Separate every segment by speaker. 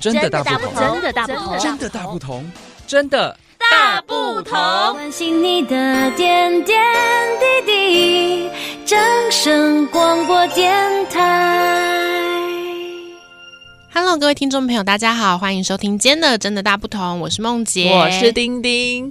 Speaker 1: 真的大
Speaker 2: 大
Speaker 1: 不同，
Speaker 2: 真的大不同，
Speaker 1: 真的大不同，真的
Speaker 2: 大不同。
Speaker 3: 关心你的点点滴滴，掌声广播电台。
Speaker 4: Hello，各位听众朋友，大家好，欢迎收听今天的《真的大不同》，我是梦洁，
Speaker 2: 我是丁丁，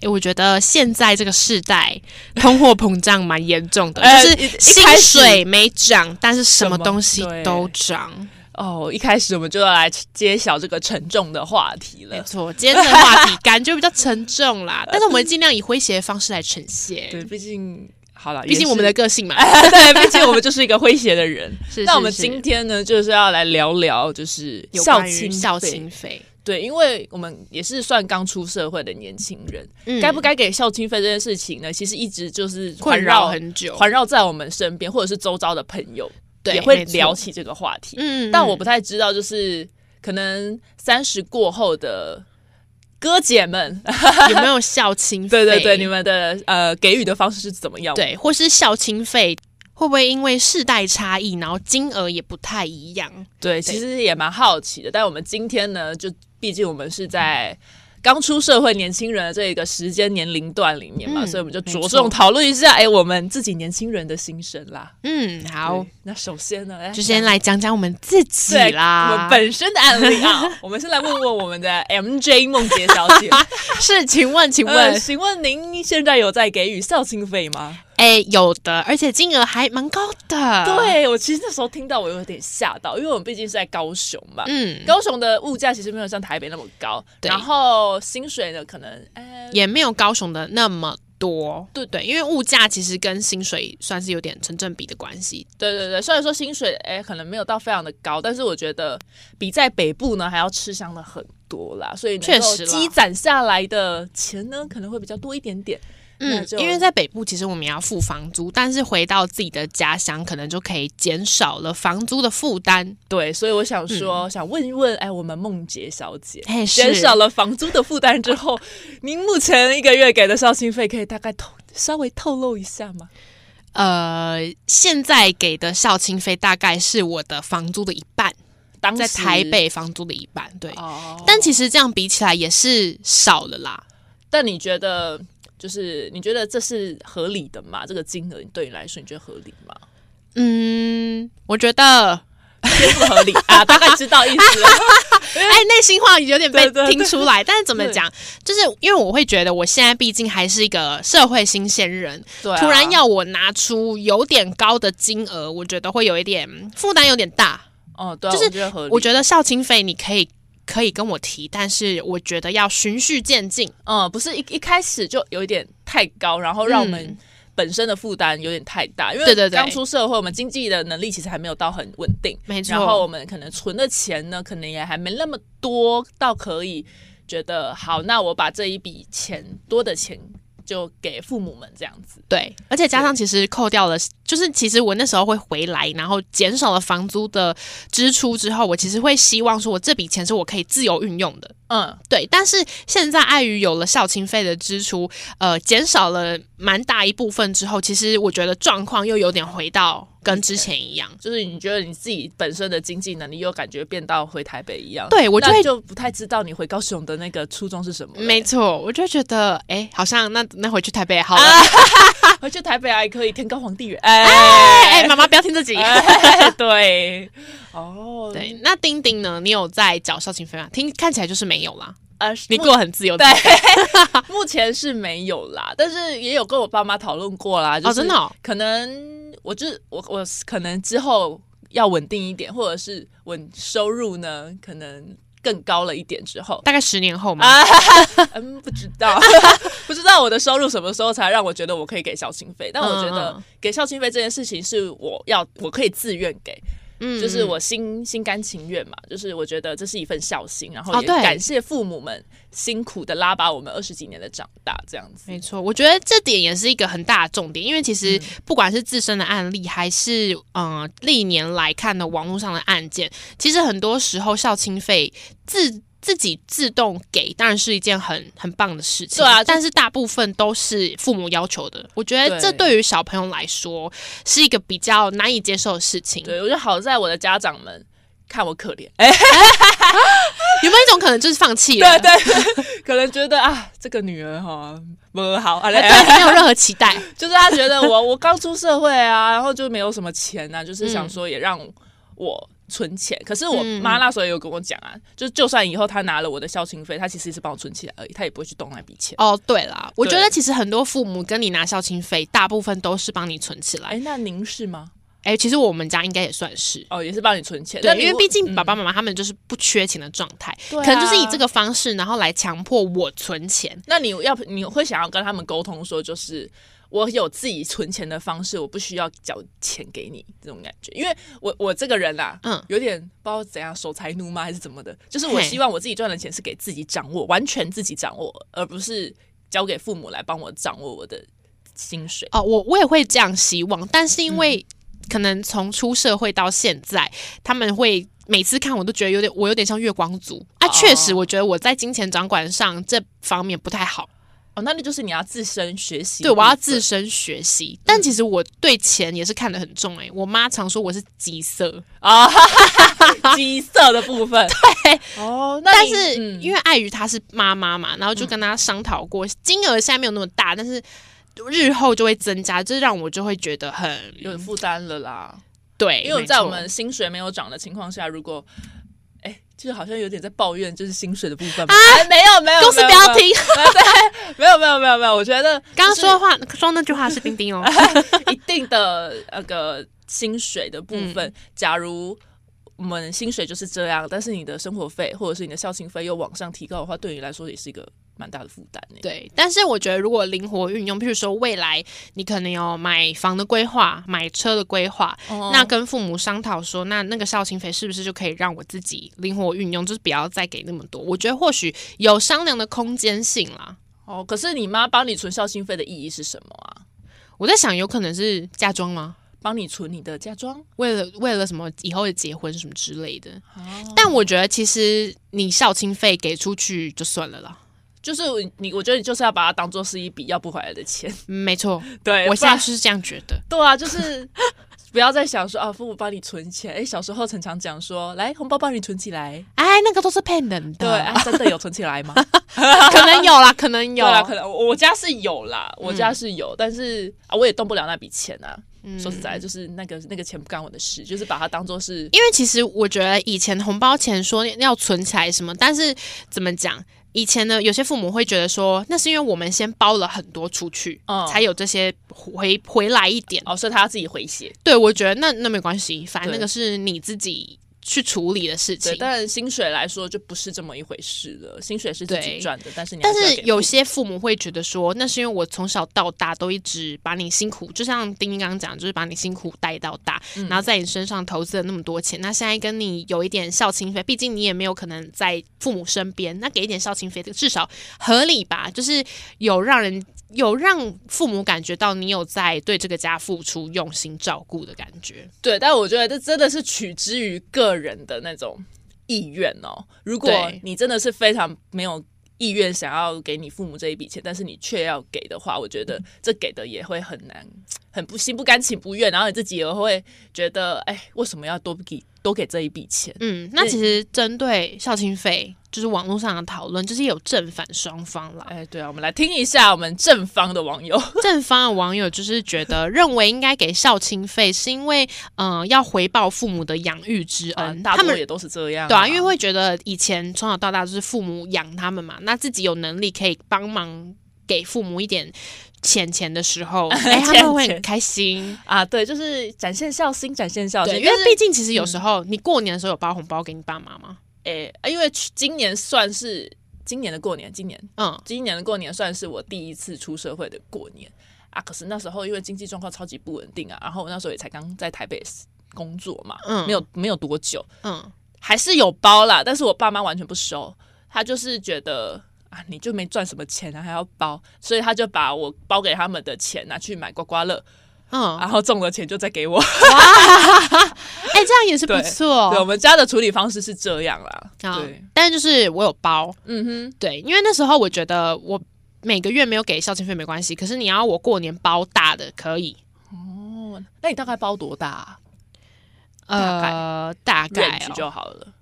Speaker 4: 诶。我觉得现在这个世代，通货膨胀蛮严重 的，
Speaker 2: 呃
Speaker 4: 就
Speaker 2: 一一
Speaker 4: 是薪
Speaker 2: 开始
Speaker 4: 水没涨，但是什么
Speaker 2: 什么
Speaker 4: 东西
Speaker 2: 对
Speaker 4: 都涨。
Speaker 2: 哦，一开始我们就要来揭晓这个沉重的话题
Speaker 4: 没
Speaker 2: 了。
Speaker 4: 错，今天的话题感觉比较沉 重啦，但是我们尽量以诙谐的方式来呈现，
Speaker 2: 对，毕竟好了，
Speaker 4: 毕
Speaker 2: 也
Speaker 4: 竟
Speaker 2: 是
Speaker 4: 我们的个性嘛。
Speaker 2: 对，毕竟我们就是一个诙谐的 人。
Speaker 4: 是
Speaker 2: 那我们
Speaker 4: 是
Speaker 2: 今天呢，就是要来聊聊，就是
Speaker 4: 有
Speaker 2: 校
Speaker 4: 关于
Speaker 2: 庆
Speaker 4: 校
Speaker 2: 费
Speaker 4: 庆费，
Speaker 2: 对，因为我们也是算刚出社会的年轻人，
Speaker 4: 嗯
Speaker 2: 该不该给校庆费这件事情呢，其实一直就是环
Speaker 4: 困扰很久？
Speaker 2: 环绕在我们身边，或者是周遭的朋友
Speaker 4: 对
Speaker 2: 也会
Speaker 4: 没错
Speaker 2: 聊起这个话题。
Speaker 4: 嗯
Speaker 2: 但我不太知道，就是可能三十过后的哥姐 们，
Speaker 4: 嗯有没有校庆费？
Speaker 2: 对对对，你们的呃给予的方式是怎么样？，
Speaker 4: 对，或是校庆费会不会因为世代差异，然后金额也不太一样？
Speaker 2: 对，其实也蛮好奇的。但我们今天呢，就毕竟我们是在。刚出社会年轻人的这个时间年龄段里面嘛，
Speaker 4: 嗯
Speaker 2: 所以我们就着
Speaker 4: 没
Speaker 2: 重
Speaker 4: 错
Speaker 2: 讨论一下，哎，我们自己年轻人的心声啦。
Speaker 4: 嗯，好
Speaker 2: 对，，那首先呢，哎
Speaker 4: 就先来讲讲我们自己
Speaker 2: 对我
Speaker 4: 啦
Speaker 2: 们。本身的案例啊， 我们先来问问我们的 MJ 梦洁小姐，
Speaker 4: 是，请问，请问，
Speaker 2: 呃，请问您现在有在给予校庆费吗？
Speaker 4: 哎、有的，而且金额还蛮高的。，
Speaker 2: 对我其实那时候听到我有点吓到，因为我们毕竟是在高雄嘛。
Speaker 4: 嗯，
Speaker 2: 高雄的物价其实没有像台北那么高，
Speaker 4: 对
Speaker 2: 然后薪水呢，可能呃，
Speaker 4: 也没有高雄的那么多。对对，因为物价其实跟薪水算是有点成正比的关系。
Speaker 2: 对对对，虽然说薪水哎可能没有到非常的高，但是我觉得比在北部呢还要吃香的很多啦，所以能
Speaker 4: 确
Speaker 2: 够
Speaker 4: 实啦
Speaker 2: 积攒下来的钱呢可能会比较多一点点。那
Speaker 4: 嗯
Speaker 2: 就，
Speaker 4: 因为在北部其实我们也要付房租，但是回到自己的家乡，可能就可以减少了房租的负担。
Speaker 2: 对，所以我想说，
Speaker 4: 嗯
Speaker 2: 想问一问，哎，我们梦洁小姐，
Speaker 4: 哎，是
Speaker 2: 减少了房租的负担之后，您目前一个月给的校庆费可以大概透稍微透露一下吗？
Speaker 4: 呃，现在给的校庆费大概是我的房租的一半，
Speaker 2: 当时
Speaker 4: 在台北房租的一半，对。
Speaker 2: 哦，但
Speaker 4: 但其实这样比起来也是少了啦。
Speaker 2: 但你觉得就是你觉得这是合理的吗？这个金额对你来说，你觉得合理吗？
Speaker 4: 嗯，我觉得，
Speaker 2: 不合理啊，大概知道意思了。
Speaker 4: 哎，内心话有点被
Speaker 2: 对对对
Speaker 4: 听出来，但是怎么讲，就是因为我会觉得我现在毕竟还是一个社会新鲜人，
Speaker 2: 对啊
Speaker 4: 突然要我拿出有点高的金额，我觉得会有一点负担，有点大。
Speaker 2: 哦，对啊，
Speaker 4: 就是
Speaker 2: 我觉得合理，
Speaker 4: 我觉得校庆费你可以可以跟我提，但是我觉得要循序渐进。
Speaker 2: 嗯，不是一一开始就有一点太高，然后让我们
Speaker 4: 嗯
Speaker 2: 本身的负担有点太大，因为
Speaker 4: 对对对
Speaker 2: 刚出社会，我们经济的能力其实还没有到很稳定，
Speaker 4: 没错
Speaker 2: 然后我们可能存的钱呢，可能也还没那么多，到可以觉得好，那我把这一笔钱多的钱就给父母们这样子。
Speaker 4: 对，而且加上其实扣掉了，就是其实我那时候会回来，然后减少了房租的支出之后，我其实会希望说我这笔钱是我可以自由运用的。
Speaker 2: 嗯，
Speaker 4: 对，但是现在碍于有了校庆费的支出，呃，减少了蛮大一部分之后，其实我觉得状况又有点回到跟之前一样。
Speaker 2: 就是你觉得你自己本身的经济能力又感觉变到回台北一样，
Speaker 4: 对我就
Speaker 2: 那
Speaker 4: 会
Speaker 2: 就不太知道你回高雄的那个初衷是什么了。
Speaker 4: 没错，我就觉得，哎，好像那那回去台北好了。
Speaker 2: 回去台北还可以天高皇帝远，哎
Speaker 4: 啊哎、妈妈不要听自己。
Speaker 2: 哎，对，哦，
Speaker 4: 对，，那丁丁呢？你有在缴校庆费吗？听看起来就是没有啦，
Speaker 2: 呃，
Speaker 4: 你
Speaker 2: 目
Speaker 4: 过得很自由。
Speaker 2: 对，目前是没有啦，但是也有跟我爸妈讨论过啦，就是、
Speaker 4: 真的哦
Speaker 2: 可能我就是我我可能之后要稳定一点，或者是稳收入呢，可能更高了一点之后，
Speaker 4: 大概十年后嘛。
Speaker 2: 啊，嗯，不知道， 不知道我的收入什么时候才让我觉得我可以给校庆费。但我觉
Speaker 4: 嗯
Speaker 2: 得
Speaker 4: 嗯
Speaker 2: 给校庆费这件事情是我要我可以自愿给，
Speaker 4: 嗯
Speaker 2: 就是我心心甘情愿嘛，就是我觉得这是一份孝心，然后
Speaker 4: 哦
Speaker 2: 也
Speaker 4: 对
Speaker 2: 感谢父母们辛苦的拉拔我们二十几年的长大，这样子
Speaker 4: 没。错，我觉得这点也是一个很大的重点，因为其
Speaker 2: 嗯
Speaker 4: 实不管是自身的案例，还是嗯、呃历年来看的网络上的案件，其实很多时候校庆费自自己自动给，当然是一件很很棒的事情。
Speaker 2: 对啊就
Speaker 4: 但是大部分都是父母要求的，我觉得
Speaker 2: 对
Speaker 4: 这对于小朋友来说是一个比较难以接受的事情。
Speaker 2: 对，我觉得好在我的家长们看我可怜，哎、
Speaker 4: 有没有一种可能就是放弃了？
Speaker 2: 对对对， 可能觉得啊，这个女儿哈不 好，啊、
Speaker 4: 对，
Speaker 2: 来
Speaker 4: 哎没有任何期待。
Speaker 2: 就是他觉得我 我刚出社会啊，然后就没有什么钱啊，就是
Speaker 4: 嗯
Speaker 2: 想说也让我存钱。可是我妈那时候也有跟我讲啊，就就算以后她拿了我的孝亲费，她其实是帮我存起来而已，她也不会去动那笔钱。
Speaker 4: 哦，对啦，我
Speaker 2: 对
Speaker 4: 觉得其实很多父母跟你拿孝亲费，大部分都是帮你存起来。
Speaker 2: 哎，那您是吗？
Speaker 4: 哎、其实我们家应该也算是。
Speaker 2: 哦，也是帮你存钱，
Speaker 4: 对
Speaker 2: 那，你
Speaker 4: 因为
Speaker 2: 会
Speaker 4: 毕竟爸、爸
Speaker 2: 嗯
Speaker 4: 妈妈他们就是不缺钱的状态，
Speaker 2: 对啊
Speaker 4: 可能就是以这个方式，然后来强迫我存钱。
Speaker 2: 那你要你会想要跟他们沟通说，就是我有自己存钱的方式，我不需要缴钱给你这种感觉，因为我我这个人啦、
Speaker 4: 嗯
Speaker 2: 有点不知道怎样守财奴吗还是怎么的，就是我
Speaker 4: 嘿
Speaker 2: 希望我自己赚的钱是给自己掌握，完全自己掌握，而不是交给父母来帮我掌握我的薪水。
Speaker 4: 哦，我我也会这样希望，但是因
Speaker 2: 嗯
Speaker 4: 为可能从出社会到现在，他们会每次看我都觉得有点，我有点像月光族啊。
Speaker 2: 哦
Speaker 4: 确实，我觉得我在金钱掌管上这方面不太好，
Speaker 2: 哦，那那就是你要自身学习的
Speaker 4: 对
Speaker 2: 部分，
Speaker 4: 我要自身学习。
Speaker 2: 嗯
Speaker 4: 但其实我对钱也是看得很重诶、欸我妈常说我是急色，
Speaker 2: 啊，基色的部分。
Speaker 4: 对，
Speaker 2: 哦，那
Speaker 4: 但
Speaker 2: 你
Speaker 4: 是
Speaker 2: 嗯
Speaker 4: 因为碍于她是妈妈嘛，然后就跟她商讨过，金额现在没有那么大，但是。日后就会增加，这让我就会觉得很
Speaker 2: 有负担了啦。
Speaker 4: 对，
Speaker 2: 因为
Speaker 4: 没
Speaker 2: 在
Speaker 4: 错
Speaker 2: 我们薪水没有涨的情况下，如果哎、就是好像有点在抱怨，就是薪水的部分嘛。啊，没有没有，
Speaker 4: 公司
Speaker 2: 没
Speaker 4: 不
Speaker 2: 有
Speaker 4: 要听，，
Speaker 2: 没有没有没有没有没有，我觉得
Speaker 4: 刚刚
Speaker 2: 就
Speaker 4: 说的话说那句话是丁 丁哦，
Speaker 2: 是一定的那个薪水的部分，假如。我们薪水就是这样，但是你的生活费或者是你的孝心费又往上提高的话，对你来说也是一个蛮大的负担欸呢。
Speaker 4: 对，但是我觉得如果灵活运用，譬如说未来你可能有买房的规划、买车的规划，
Speaker 2: 哦
Speaker 4: 那跟父母商讨说，那那个孝亲费是不是就可以让我自己灵活运用，就是不要再给那么多？我觉得或许有商量的空间性啦。
Speaker 2: 哦，可是你妈帮你存孝心费的意义是什么啊？
Speaker 4: 我在想，有可能是嫁妆吗？
Speaker 2: 帮你存你的嫁妆？
Speaker 4: 为了为了什么以后的结婚什么之类的？
Speaker 2: 哦
Speaker 4: 但我觉得其实你孝亲费给出去就算了啦。
Speaker 2: 就是你，我觉得你就是要把它当做是一笔要不回来的钱。
Speaker 4: 嗯没错，
Speaker 2: 对
Speaker 4: 我
Speaker 2: 哎不
Speaker 4: 现在
Speaker 2: 然
Speaker 4: 是这样觉得。
Speaker 2: 对啊，就是 不要再想说啊，父母帮你存钱。哎、小时候常常讲说，来红包帮你存起来。
Speaker 4: 哎，那个都是骗人的。
Speaker 2: 对，哎、 真的有存起来吗？
Speaker 4: 可能有啦，可能有，嗯
Speaker 2: 对啦，啊可能我我家是有啦，我家是有，但是啊，我也动不了那笔钱啊。
Speaker 4: 嗯
Speaker 2: 说实在，就是那个那个钱不干我的事，就是把它当做是
Speaker 4: 因为其实我觉得以前红包钱说要存起来什么，但是怎么讲？以前呢，有些父母会觉得说，那是因为我们先包了很多出去，
Speaker 2: 嗯
Speaker 4: 才有这些回回来一点。
Speaker 2: 哦，所以他要自己回血。
Speaker 4: 对，我觉得那那没关系，反正
Speaker 2: 对
Speaker 4: 那个是你自己去处理的事情
Speaker 2: 对，。但薪水来说就不是这么一回事了，薪水是自己
Speaker 4: 对
Speaker 2: 赚的，但是你还
Speaker 4: 但
Speaker 2: 是要
Speaker 4: 是
Speaker 2: 给
Speaker 4: 有
Speaker 2: 父
Speaker 4: 些父母会觉得说，那是因为我从小到大都一直把你辛苦，就像丁丁刚刚讲，就是把你辛苦带到大，
Speaker 2: 嗯
Speaker 4: 然后在你身上投资了那么多钱，那现在跟你有一点孝亲费，毕竟你也没有可能在父母身边，那给一点孝亲费，至少合理吧？就是有让人有让父母感觉到你有在对这个家付出、用心照顾的感觉。
Speaker 2: 对，但我觉得这真的是取之于个人的那种意愿哦。如果
Speaker 4: 对
Speaker 2: 你真的是非常没有意愿想要给你父母这一笔钱，但是你却要给的话，我觉
Speaker 4: 嗯
Speaker 2: 得这给的也会很难，很不心不甘情不愿，然后你自己也会觉得，哎，为什么要多给多给这一笔钱？
Speaker 4: 嗯，那
Speaker 2: 对
Speaker 4: 其实针对孝亲费，就是网络上的讨论，就是有正反双方啦。
Speaker 2: 哎，对啊，我们来听一下我们正方的网友，
Speaker 4: 正方的网友就是觉得认为应该给孝亲费，是因为嗯、呃要回报父母的养育之恩，
Speaker 2: 呃啊大
Speaker 4: 嗯他
Speaker 2: 多
Speaker 4: 们。
Speaker 2: 也都是这样、
Speaker 4: 对啊，因为会觉得以前从小到大就是父母养他们嘛，那自己有能力可以帮忙给父母一点钱钱的 时候，哎、他们会
Speaker 2: 钱钱
Speaker 4: 很开心。
Speaker 2: 啊，对，就是展现孝心，展现孝心，
Speaker 4: 对，因为
Speaker 2: 但是
Speaker 4: 毕竟其实有时候、你过年的时候有包红包给你爸妈吗？
Speaker 2: 诶、哎因为去今年算是今年的过年，今年
Speaker 4: 嗯，
Speaker 2: 今年的过年算是我第一次出社会的过年啊。可是那时候因为经济状况超级不稳定啊，然后我那时候也才刚在台北工作嘛，
Speaker 4: 嗯
Speaker 2: 没有没有多久，
Speaker 4: 嗯，
Speaker 2: 还是有包啦，但是我爸妈完全不收，他就是觉得。啊，你就没赚什么钱啊，还要包，所以他就把我包给他们的钱拿去买刮刮乐，
Speaker 4: 嗯，
Speaker 2: 然后中了钱就再给我。
Speaker 4: 哎、这样也是不
Speaker 2: 对
Speaker 4: 错。
Speaker 2: 对，我们家的处理方式是这样啦。
Speaker 4: 啊
Speaker 2: 对，
Speaker 4: 但是就是我有包，
Speaker 2: 嗯哼，
Speaker 4: 对，因为那时候我觉得我每个月没有给孝亲费没关系，可是你要我过年包大的可以。
Speaker 2: 哦，那你大概包多大啊、
Speaker 4: 呃，大概
Speaker 2: 认
Speaker 4: 哦
Speaker 2: 知就好了。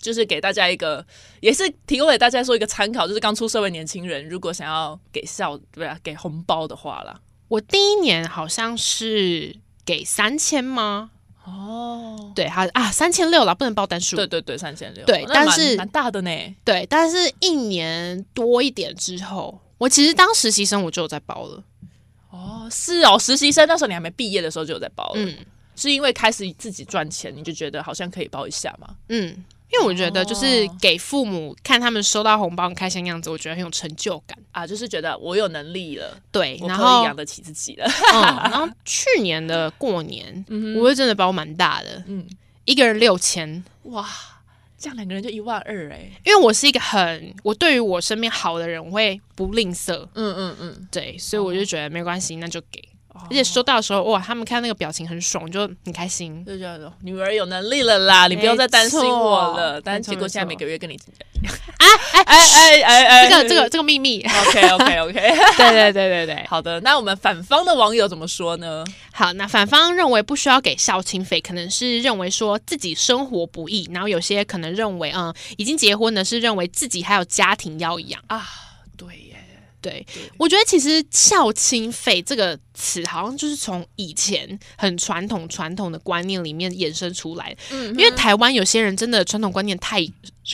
Speaker 2: 就是给大家一个，也是提供给大家说一个参考，就是刚出社会年轻人，如果想要给校对啊，给红包的话啦，
Speaker 4: 我第一年好像是给三千吗？
Speaker 2: 哦，
Speaker 4: 对，还啊三千六啦，不能报单数。
Speaker 2: 对对对，三千六，
Speaker 4: 对
Speaker 2: 那
Speaker 4: 但
Speaker 2: 蛮
Speaker 4: 是
Speaker 2: 蛮大的呢，
Speaker 4: 对，但是一年多一点之后，我其实当实习生我就有在包了。
Speaker 2: 哦，是哦，实习生那时候你还没毕业的时候就有在包了，
Speaker 4: 嗯
Speaker 2: 是因为开始自己赚钱，你就觉得好像可以包一下嘛，
Speaker 4: 嗯，因为我觉得就是
Speaker 2: 哦
Speaker 4: 给父母看他们收到红包很开心的样子，我觉得很有成就感。
Speaker 2: 啊，就是觉得我有能力了，
Speaker 4: 对，
Speaker 2: 我
Speaker 4: 哎然
Speaker 2: 可
Speaker 4: 后
Speaker 2: 以养得起自己了，
Speaker 4: 嗯，然后去年的过年，我就真的包蛮大的，
Speaker 2: 嗯，
Speaker 4: 一个人六千，
Speaker 2: 哇，这样两个人就一万二哎，
Speaker 4: 因为我是一个很我对于我身边好的人，我会不吝啬，
Speaker 2: 嗯嗯嗯，
Speaker 4: 对，所以我就觉得没关系，那就给。而且收到的时候，哇，他们看那个表情很爽，就很开心。
Speaker 2: 就觉得女儿有能力了啦，你不用再担心我了
Speaker 4: 没错。
Speaker 2: 但
Speaker 4: 没错
Speaker 2: 结果现在每
Speaker 4: 没错
Speaker 2: 个月跟你啊哎哎哎哎
Speaker 4: 这个这个这个秘密，
Speaker 2: OK OK OK，
Speaker 4: 对对对对对。
Speaker 2: 好的，那我们反方的网友怎么说呢？
Speaker 4: 好，那反方认为不需要给孝亲费，可能是认为说自己生活不易，然后有些可能认为，嗯，已经结婚的是认为自己还有家庭要养。
Speaker 2: 啊，对耶，
Speaker 4: 对，我觉得其实“孝亲费”这个词好像就是从以前很传统传统的观念里面衍生出来，
Speaker 2: 嗯
Speaker 4: 因为台湾有些人真的传统观念太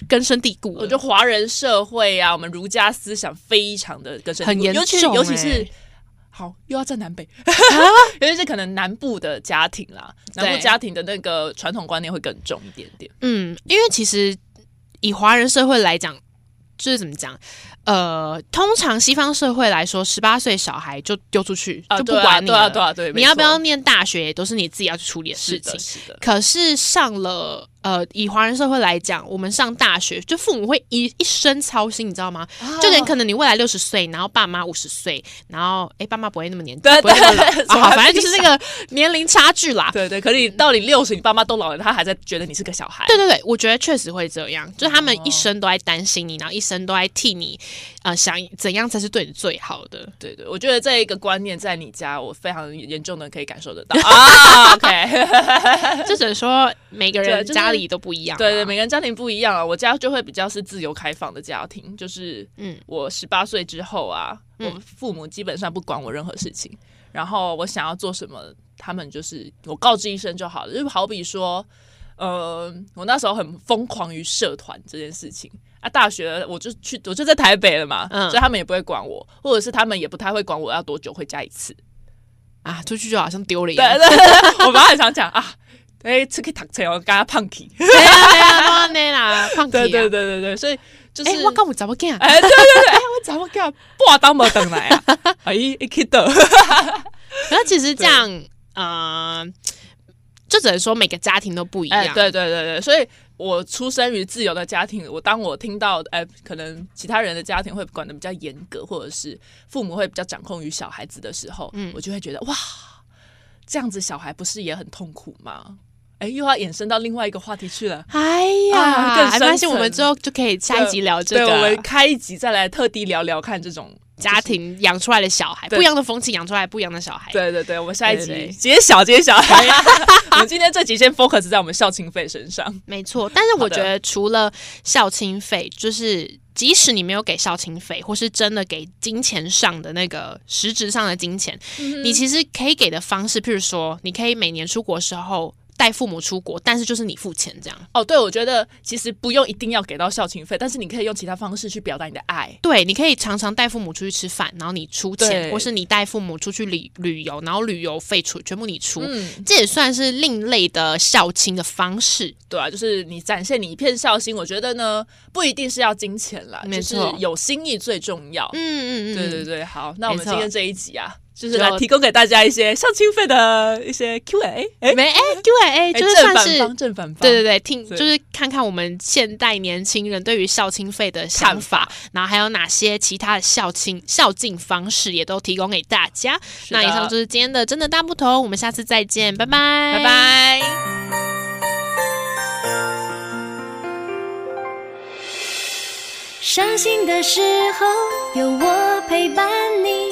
Speaker 4: 根深蒂固
Speaker 2: 我
Speaker 4: 了，
Speaker 2: 觉得华人社会啊，我们儒家思想非常的根深蒂固
Speaker 4: 很严
Speaker 2: 尤其
Speaker 4: 重
Speaker 2: 尤其是
Speaker 4: 欸。啊
Speaker 2: 好，又要站南北， 尤其是可能南部的家庭啦，南部
Speaker 4: 对
Speaker 2: 家庭的那个传统观念会更重一点点。
Speaker 4: 嗯，因为其实以华人社会来讲，就是怎么讲，呃，通常西方社会来说，十八岁小孩就丢出去，
Speaker 2: 啊，
Speaker 4: 就不
Speaker 2: 对啊
Speaker 4: 管你
Speaker 2: 对啊，
Speaker 4: 了
Speaker 2: 对啊，对，
Speaker 4: 你
Speaker 2: 没
Speaker 4: 要不要
Speaker 2: 错？
Speaker 4: 念大学，也都是你自己要去处理的
Speaker 2: 是
Speaker 4: 事
Speaker 2: 的，
Speaker 4: 情。
Speaker 2: 是的，
Speaker 4: 可是上了呃，以华人社会来讲，我们上大学，就父母会一一生操心，你知道吗？
Speaker 2: 啊
Speaker 4: 就连可能你未来六十岁，然后爸妈五十岁，然后哎，爸妈不会那么年，
Speaker 2: 对
Speaker 4: 不会那么老
Speaker 2: 对
Speaker 4: 啊，好，反正就是那个年龄差距啦。
Speaker 2: 对对，可是你到你六十，你爸妈都老了，他还在觉得你是个小孩。
Speaker 4: 对对对，我觉得确实会这样，就是他们
Speaker 2: 哦
Speaker 4: 一生都在担心你，然后一生都在替你，呃，想怎样才是对你最好 的。
Speaker 2: 对对，我觉得这一个观念在你家，我非常严重的可以感受得到啊。OK，
Speaker 4: 就只能说每个
Speaker 2: 对
Speaker 4: 人
Speaker 2: 就是
Speaker 4: 家里都不一样啊、
Speaker 2: 对对，每个人家庭不一样啊，我家就会比较是自由开放的家庭，就是
Speaker 4: 嗯
Speaker 2: 我十八岁之后啊，我父母基本上不管我任何事情，然后我想要做什么，他们就是我告知一声就好了。就好比说，呃，我那时候很疯狂于社团这件事情啊，大学我就去，我就在台北了嘛，
Speaker 4: 嗯
Speaker 2: 所以他们也不会管我，或者是他们也不太会管我要多久回家一次。
Speaker 4: 啊，出去就好像丢了一样。
Speaker 2: 对 对对，我妈很常讲啊，哎、出去读册，我跟他胖起。
Speaker 4: 对啊对啊，都安内啦，胖
Speaker 2: 对
Speaker 4: 体啊
Speaker 2: 对对对对，所以 就是、
Speaker 4: 哎、我跟我怎么讲？
Speaker 2: 哎，对对 对，哎，我怎么干？不当没等来啊？ 哎，一起的，
Speaker 4: 然后其实这样，呃，就只能说每个家庭都不一样。
Speaker 2: 哎，对对对对，所以我出生于自由的家庭，我当我听到哎，可能其他人的家庭会管的比较严格，或者是父母会比较掌控于小孩子的时候，
Speaker 4: 嗯
Speaker 2: 我就会觉得哇，这样子小孩不是也很痛苦吗？哎，又要衍生到另外一个话题去了。
Speaker 4: 哎呀，
Speaker 2: 啊更
Speaker 4: 没关系，
Speaker 2: 深层
Speaker 4: 我们之后就可以下一集聊这
Speaker 2: 对，我们
Speaker 4: 个
Speaker 2: 开一集再来特地聊聊看这种。
Speaker 4: 家庭养出来的小孩，
Speaker 2: 对
Speaker 4: 不一样的风气养出来不一样的小孩。
Speaker 2: 哎对对对，我们下一
Speaker 4: 对对
Speaker 2: 集
Speaker 4: 对
Speaker 2: 揭晓揭晓。 我们今天这集先 focus 在我们校庆费身上。
Speaker 4: 没错。但是我
Speaker 2: 好的
Speaker 4: 觉得除了孝亲费，就是。即使你没有给孝亲费，或是真的给金钱上的那个实质上的金钱，你其实可以给的方式，譬如说，你可以每年出国的时候带父母出国，但是就是你付钱这样。
Speaker 2: 哦，对，我觉得其实不用一定要给到校庆费，但是你可以用其他方式去表达你的爱。
Speaker 4: 对，你可以常常带父母出去吃饭，然后你出钱，
Speaker 2: 对
Speaker 4: 或是你带父母出去旅旅游，然后旅游费出全部你出，
Speaker 2: 嗯，
Speaker 4: 这也算是另类的孝亲的方式。
Speaker 2: 对啊，就是你展现你一片孝心，我觉得呢，不一定是要金钱啦，
Speaker 4: 没
Speaker 2: 就是
Speaker 4: 错
Speaker 2: 有心意最重要。
Speaker 4: 嗯嗯嗯，
Speaker 2: 对对对，好，那我们
Speaker 4: 没错
Speaker 2: 今天这一集啊，就是
Speaker 4: 就
Speaker 2: 来提供给大家一些校庆费的一些 Q&A，哎，
Speaker 4: 没哎，对哎，
Speaker 2: 哎
Speaker 4: 就是
Speaker 2: 正
Speaker 4: 算
Speaker 2: 反
Speaker 4: 是
Speaker 2: 方，正反方，
Speaker 4: 对对对，听
Speaker 2: 对
Speaker 4: 就是看看我们现代年轻人对于孝亲费的想法，然后还有哪些其他的孝亲孝敬方式，也都提供给大家。
Speaker 2: 是
Speaker 4: 那
Speaker 2: 的
Speaker 4: 以上就是今天的真的大不同，我们下次再见，拜拜，
Speaker 2: 拜。拜。
Speaker 3: 伤心的时候有我陪伴你，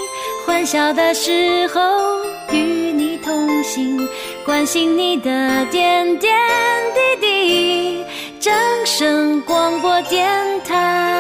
Speaker 3: 欢笑的时候与你同行。关心你的点点滴滴。掌声广播电台。